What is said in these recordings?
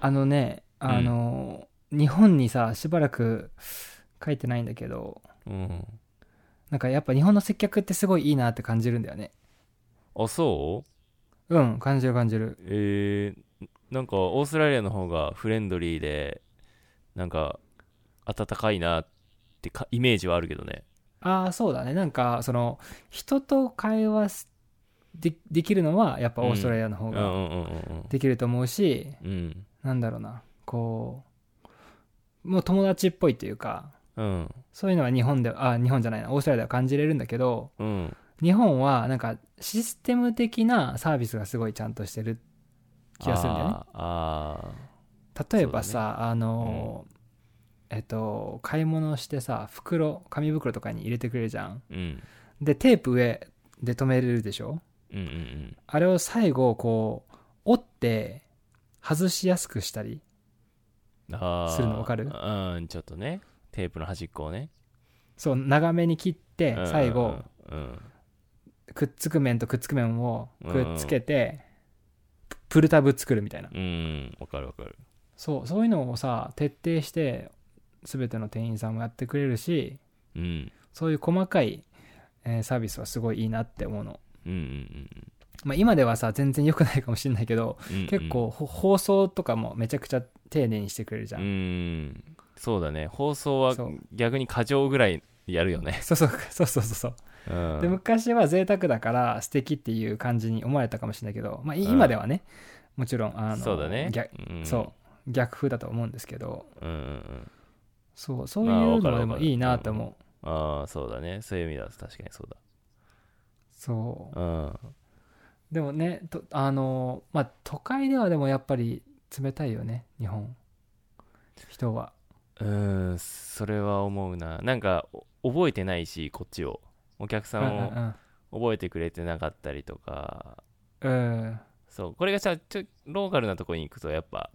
あのねあの、日本にさしばらく書いてないんだけどうん。なんかやっぱ日本の接客ってすごいいいなって感じるんだよねあ、そううん感じる感じるえー、なんかオーストラリアの方がフレンドリーで、なんか暖かいなってかイメージはあるけどね。ああそうだねなんかその人と会話すでできるのはやっぱオーストラリアのう方んうがんうんうんできると思うし、うん。なんだろうなこうもう友達っぽいというかうん。そういうのは日本であ日本じゃないなオーストラリアでは感じれるんだけどうん。日本はなんかシステム的なサービスがすごいちゃんとしてる気がするんだよねあーあ例えばさ、あの、えっと買い物してさ袋紙袋とかに入れてくれるじゃんー。うん。でテープ上で留めれるでしょうんうんうん。あれを最後こう折って外しやすくしたりあーするのわかるうん、ちょっとね。テープの端っこをね。そう長めに切ってうん最後。うん。くっつく面とくっつく面をうんくっつけてププルタブ作るみたいなうん。わかるわかる。そうそういうのをさ徹底して全ての店員さんもやってくれるしうん。そういう細かい、えーサービスはすごいいいなって思うの、うんうんまあ、今ではさ全然良くないかもしれないけどうんうん。結構ほ放送とかもめちゃくちゃ丁寧にしてくれるじゃ、うんんそうだね放送はそう逆に過剰ぐらいやるよね、そうそうそうそうそうそううん、 で昔は贅沢だから素敵っていう感じに思われたかもしれないけど、まあ、い今ではね、もちろんあのそうだね逆,、うん、そう逆風だと思うんですけどうんうんうんそうそういまあうわかるのでもいいなと思う、ああそうだねそういう意味だ確かにそうそだうんうでもねとあのまあ都会ではでもやっぱり冷たいよね日本人はうんそれは思うななんかお覚えてないしこっちをお客さんを覚えてくれてなかったりとかうんうんうんそうこれがさちょローカルなとこに行くとやっぱ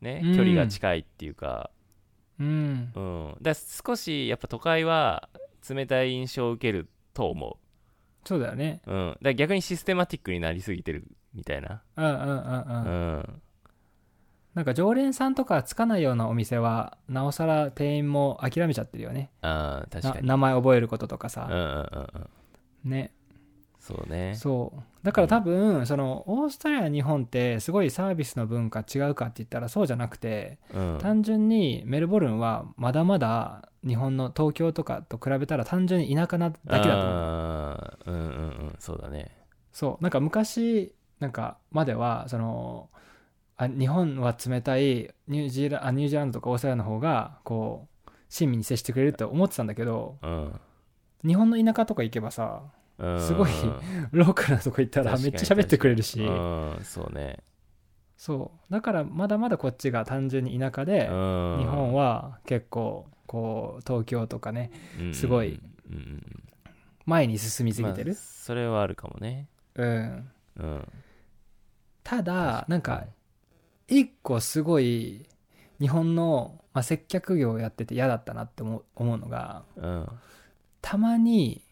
ねうん距離が近いっていうか、うんうん、だ少しやっぱ都会は冷たい印象を受けると思そうだよねう、うん、だから逆にシステマティックになりすぎてるみたいな、うんうんうんううん、ん、なんか常連さんとかつかないようなお店はなおさら店員も諦めちゃってるよねあー確なかに名前覚えることとかうんさ、うんうんうんねそうねそうだから多分、そのオーストラリア日本ってすごいサービスの文化違うかって言ったらそうじゃなくてうん単純にメルボルンはまだまだ日本の東京とかと比べたら単純に田舎なだけだと思うあーうんうんうんそうだねそうなんか昔なんかまではそのあ日本は冷たいニュージーラあニュージーランドとかオーストラリアの方がこう親身に接してくれるって思ってたんだけどうん日本の田舎とか行けばさ うんすごいローカルなとこ行ったらめっちゃ喋ってくれるしうんそうねそうだからまだまだこっちが単純に田舎で日、日本はは結構こう東京とかねすごいうんうんうん前に進みすぎてまある、それはあるかもねうんうんただなんかう一個すごい日本の、まあ、接客業をやってて嫌だったなって思う思うのがうんたまに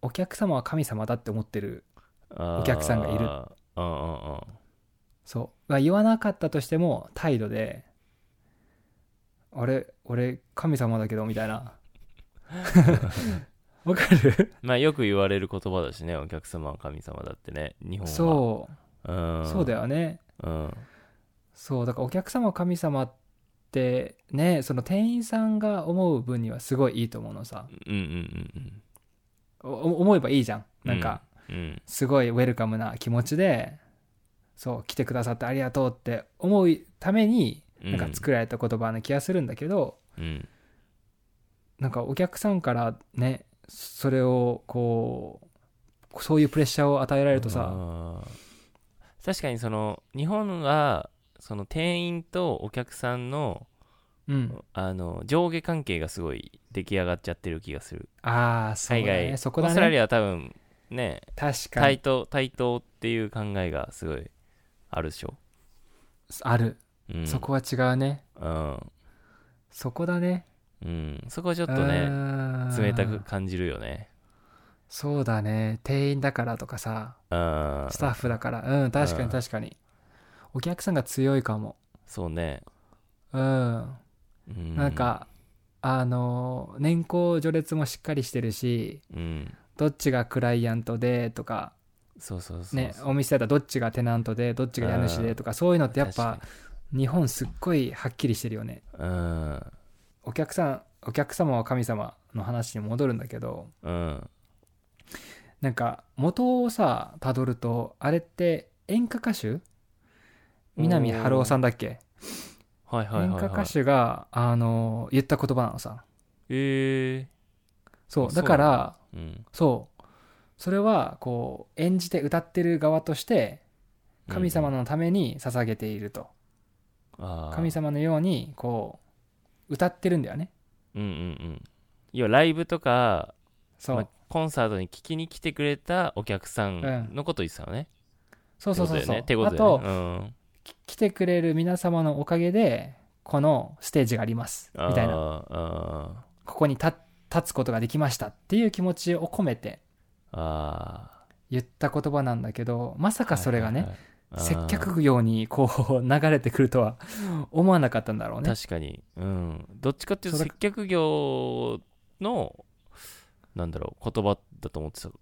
お客様は神様だって思ってるおお客さんがいるうんうんうんそう、まあ、言わなかったとしても態度で「あれ俺神様だけど」みたい なわかるまあよく言われる言葉だしねお客様は神様だってね日本はそうう、ん、そうだよ、よねうん、そうだからお客様は神様ってねその店員さんが思う分にはすごいいいと思うのさうんうんおお思えばいいじゃんなんか、うんうんすごいウェルカムな気持ちでそう来てくださってありがとうって思うためにうんなんか作られた言葉な気がするんだけど、うんなんかお客さんからねそれをこうそういうプレッシャーを与えられるとさあー確かにその日本はその店員とお客さんのうんあの上下関係がすごい出来上がっちゃってる気がするああそう海だ外、ねそオこーだストラねリアは多分ね確か対に等対等っていう考えがすごいあるでしょ、ある、うん、そこは違うねうん、そこだねうん、そこはちょっちとね冷たく感じるよねそうだね店員だからとかさうんスタッフだからうん確かうにん確かにお客さんが強いかもそうねうんうんなんかあの年功序列もしっかりしてるしうんどっちがクライアントでとかそうそうそうねそうお店だったらどっちがテナントでどっちが家主でとかそういうのってやっぱ日本すっごいはっきりしてるよね確かにうんお客さんお客様は神様の話に戻るんだけどうんなんか元をさたどるとあれって演歌歌手南春夫さんだっけはいはいはい、演はい、歌歌手があの言った言葉なのさえそあうだからえうんそうそれはこう演じて歌ってる側として神様のために捧げていると、あー神様のようにこう歌ってるんだよねうんうんうん要はライブとか、そう、まあコンサートに聞きに来てくれたお客さんのこと言ってたのね、そうそうそうそう、ってことあだよとね、うんき来てくれる皆様のおかげでこのステージがありますみたいなあーあここに立立つことができましたっていう気持ちを込めてーあ言った言葉なんだけどまさーかそれがね、はいはいはいあー接客業にこう流れてくるとは思わなかったんだろうね確かに、うん、どっちかっていうとそ接れ客業のなんだろう言葉だと思ってたっ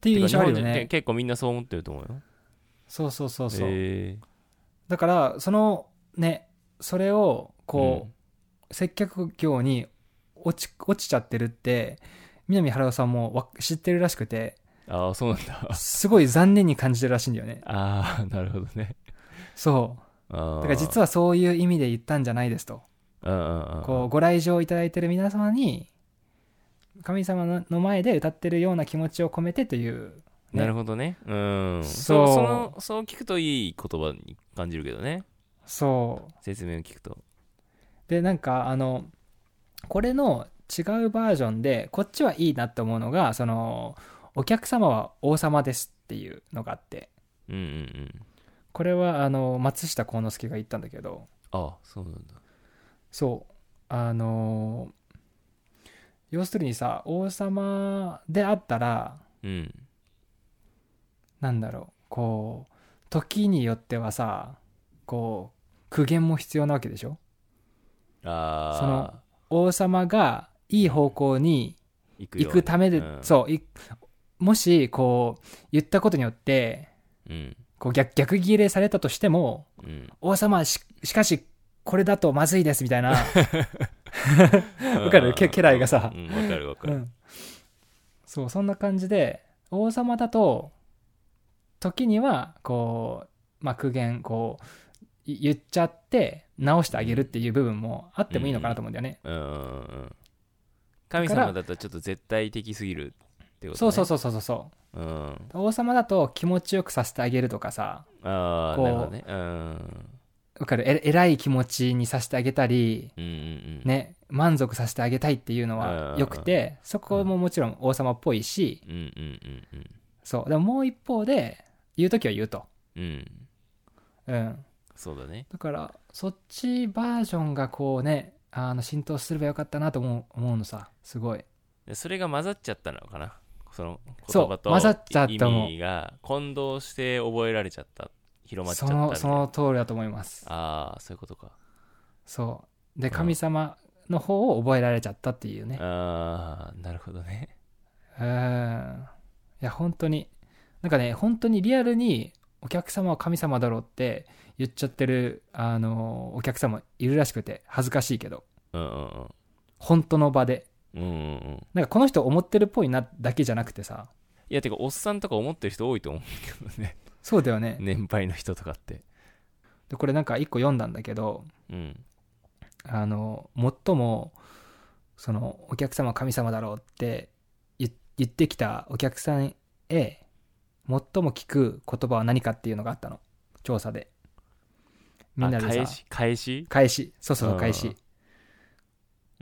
ていう印象あるよてか日本人けね結構みんなそう思ってると思うよそうそうそうそう、へだからそのねそれをこう、うん接客業に落ち落ちちゃってるって南原さんもわ知ってるらしくてーああそうなんだすごい残念に感じてるらしいんだよねああなるほどねそうだだから実はそういう意味で言ったんじゃないですとはこうご来場いただいてる皆様に神様のの前で歌ってるような気持ちを込めてというねなるほどねうんそそううそのそう聞くといい言葉に感じるけどねそう説明を聞くとでなんかあのこれの違うバージョンでこっちはいいなって思うのがそのお客様は王様ですっていうのがあってうんうんうんこれはあの松下幸之助が言ったんだけどあそうなんだそうあの要するにさ王様であったらうんなんだろうこう時によってはさこう苦言も必要なわけでしょああその王様がいい方向に行く行よくためで、うんそういもしこう言ったことによってうんこう逆逆ギレされたとしてもうん王様ししかしこれだとまずいですみたい な、 わかるけ家来がさうんわかるわかうるん、そうそんな感じで王様だと時にはこう、まあ、苦言こうい言っちゃって直してあげるっていう部分もあってもいいのかなと思うんだよね、うんうんうん神様だとちょっと絶対的すぎるってことねそうそうそうそうそうそうんあう王様だと気持ちよくさせてあげるとかさあーこうなるほどねうんわかるえ偉い気持ちにさせてあげたりうんうんうんね、満足させてあげたいっていうのうんうんはうんよくて、そこももちろん王様っぽいし、うんうんうんそう、でももう一方で、言うときは言うと。うんうんうん。そうだねだから、そっちバージョンがこうね、あの浸透すればよかったなと思う思うのさ、すごい。でそれが混ざっちゃったのかなそのそう言葉と混ざっちゃったの意味が混同して覚えられちゃった広まっちゃそったみたいの、なその通りだと思います。ああそういうことかそう。で、神様の方を覚えられちゃったっていうね。ああなるほどねうん。いや、本当に、なんかね、本当にリアルに、お客様は神様だろうって言っちゃってる、あの、お客様いるらしくて、恥ずかしいけど。うんうん本当の場でうんうんうんうんなんかこの人思ってるっぽいなだけじゃなくてさいやてかおっさんとか思ってる人多いと思うけ どねそうだよね年配の人とかってでこれなんか一個読んだんだけどうんあの最もそのお客様は神様だろうって言言ってきたお客さんへ最も聞く言葉は何かっていうのがあったの調査でみんなあでさ返し返し返しそうそううそんう返し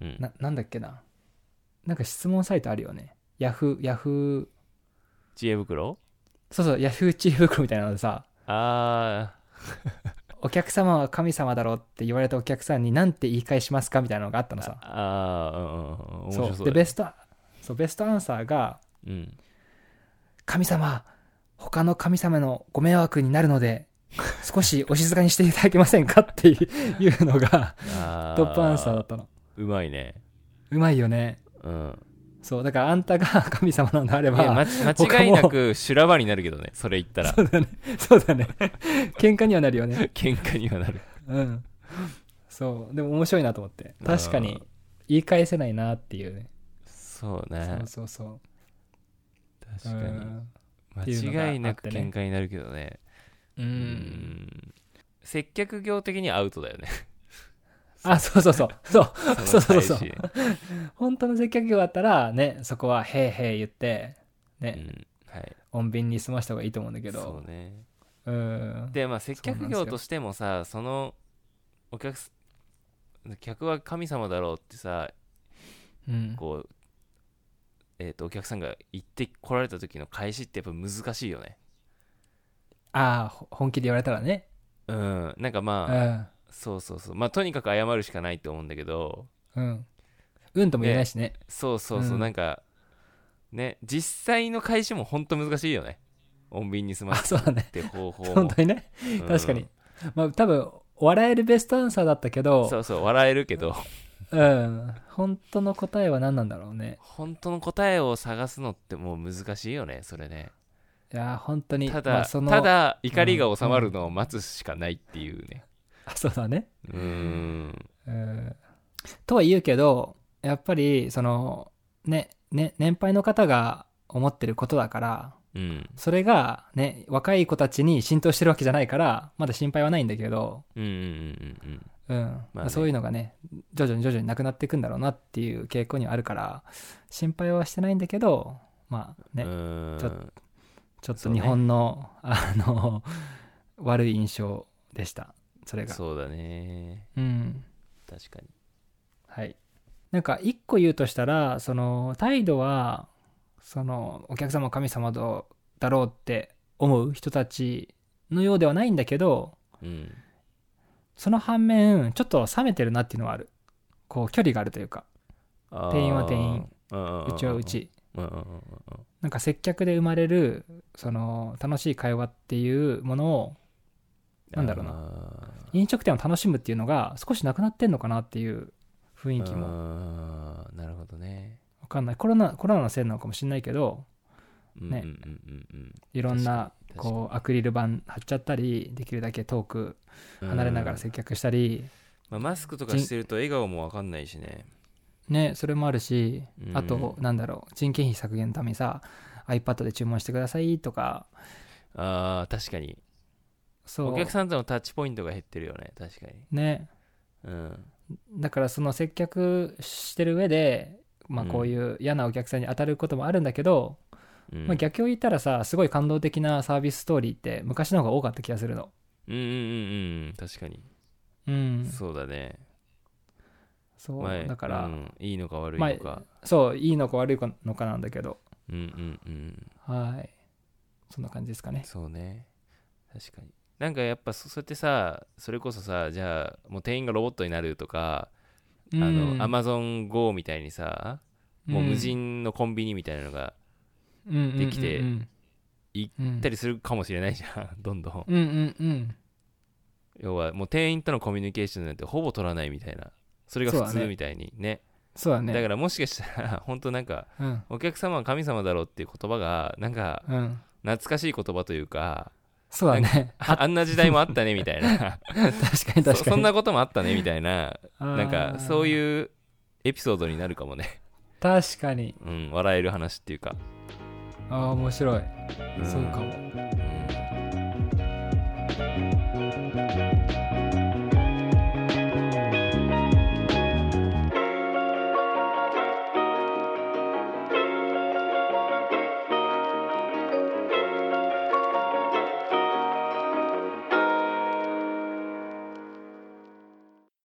うんななんだっけななんか質問サイトあるよねヤフーヤフ知恵袋ーそうそうヤフー知恵袋みたいなのでさあお客様は神様だろうって言われたお客さんに何て言い返しますかみたいなのがあったのーさあーうんうんうん面白そうだねでベストそうベストアンサーがうん「神様他の神様のご迷惑になるので少しお静かにしていただけませんかっていうの があトップアンサーだったのうまいねうまいよねうんそうだからあんたが神様なんであれいやばま間違いなく修羅場になるけどねそれ言ったらそうだねそうだね喧嘩にはなるよね 喧嘩にはなるうんそうでも面白いなと思って確かうにん言い返せないなっていうねそうそねうそうそう確かってにいうのがあってね間違いなく喧嘩になるけどねうんううん接客業的にアウトだよねあそうそうそうそう そのそうそうそう返し本当の接客業だったらねそこは「へいへい」言ってうね、んはい穏便に済ました方がいいと思うんだけそどうねううんでまあ接客業としてもさそのお客す客は神様だろうってさうんこうえー、とお客さんが行って来られた時の返しってやっぱ難しいよねああほ本気で言われたらねうんなんかうまあんそうそうそうまあとにかく謝るしかないと思うんだけどうんうんとも言えないしねそうそうそう、うんなんかね実際の返しもほんと難しいよね穏便に済まあすそうだねって方法 も本当にねうん確かに、まあ多分笑えるベストアンサーだったけどそうそう笑えるけどうん本当の答えは何なんだろうね本当の答えを探すのってもう難しいよねそれねいやー本当にただ、まあそのただ怒りが収まるのを待つしかないっていうねあ そうだねうーんうんとは言うけどやっぱりそのねね年配の方が思ってることだからうんそれがね若い子たちに浸透してるわけじゃないからまだ心配はないんだけど、うんうんうんうんううんんまあねそういうのがね徐々に徐々になくなっていくんだろうなっていう傾向にはあるから心配はしてないんだけどまあね、うーんちょっとちょっそとうね日本の、あの悪い印象でしたそれがそうだねうん確かにはい、なんか一個言うとしたらその態度はそのお客様は神様だろうって思う人たちのようではないんだけどうんその反面ちょっと冷めてるなっていうのはあるこう距離があるというかあー店員は店員うんうんんうちはうちうんうんうんうんなんか接客で生まれるその楽しい会話っていうものをなんだろうなな飲食店を楽しむっていうのが少しなくなってんのかなっていう雰囲気ももなるほどねわかんないコロナコロナのせいなのかもしれないけどねうんうんうんうんうんいろんな確かにこうアクリル板貼っちゃったりできるだけ遠くうん離れながら接客したり、まあマスクとかしてると笑顔もわかんないしねねそれもあるし、うんあとなんだろう人件費削減のためにさ iPad で注文してくださいとかあー確かにそうお客さんとのタッチポイントが減ってるよね確かにねうんだからその接客してる上でまあうんこういう嫌なお客さんに当たることもあるんだけど、うんまあ、逆を言ったらさすごい感動的なサービスストーリーって昔の方が多かった気がするのうんうんうんうん確かにうんそうだねそう、前だから、うんいいのか悪いのかそういいのか悪いのかなんだけどうんうんうんはいそんな感じですかねそうね確かになんかやっぱそそうやってさそれこそさじゃあもう店員がロボットになるとかあの AmazonGo みたいにさもう無人のコンビニみたいなのがでできて行っ行ったりするかもしれないじゃん どんどんうんうんうん要はもう店員とのコミュニケーションなんてほぼ取らないみたいなそれがそう普だ通ねみたいにねそうだねだからもしかしたら 本当なんかうんお客様は神様だろうっていう言葉がなんかうん懐かしい言葉というかそうだねああんな時代もあったねみたい な確かに確かにそそんなこともあったねみたいななんかそうういうエピソードになるかもね、確かにうん、笑える話っていうか、ああ面白いんそうかもうん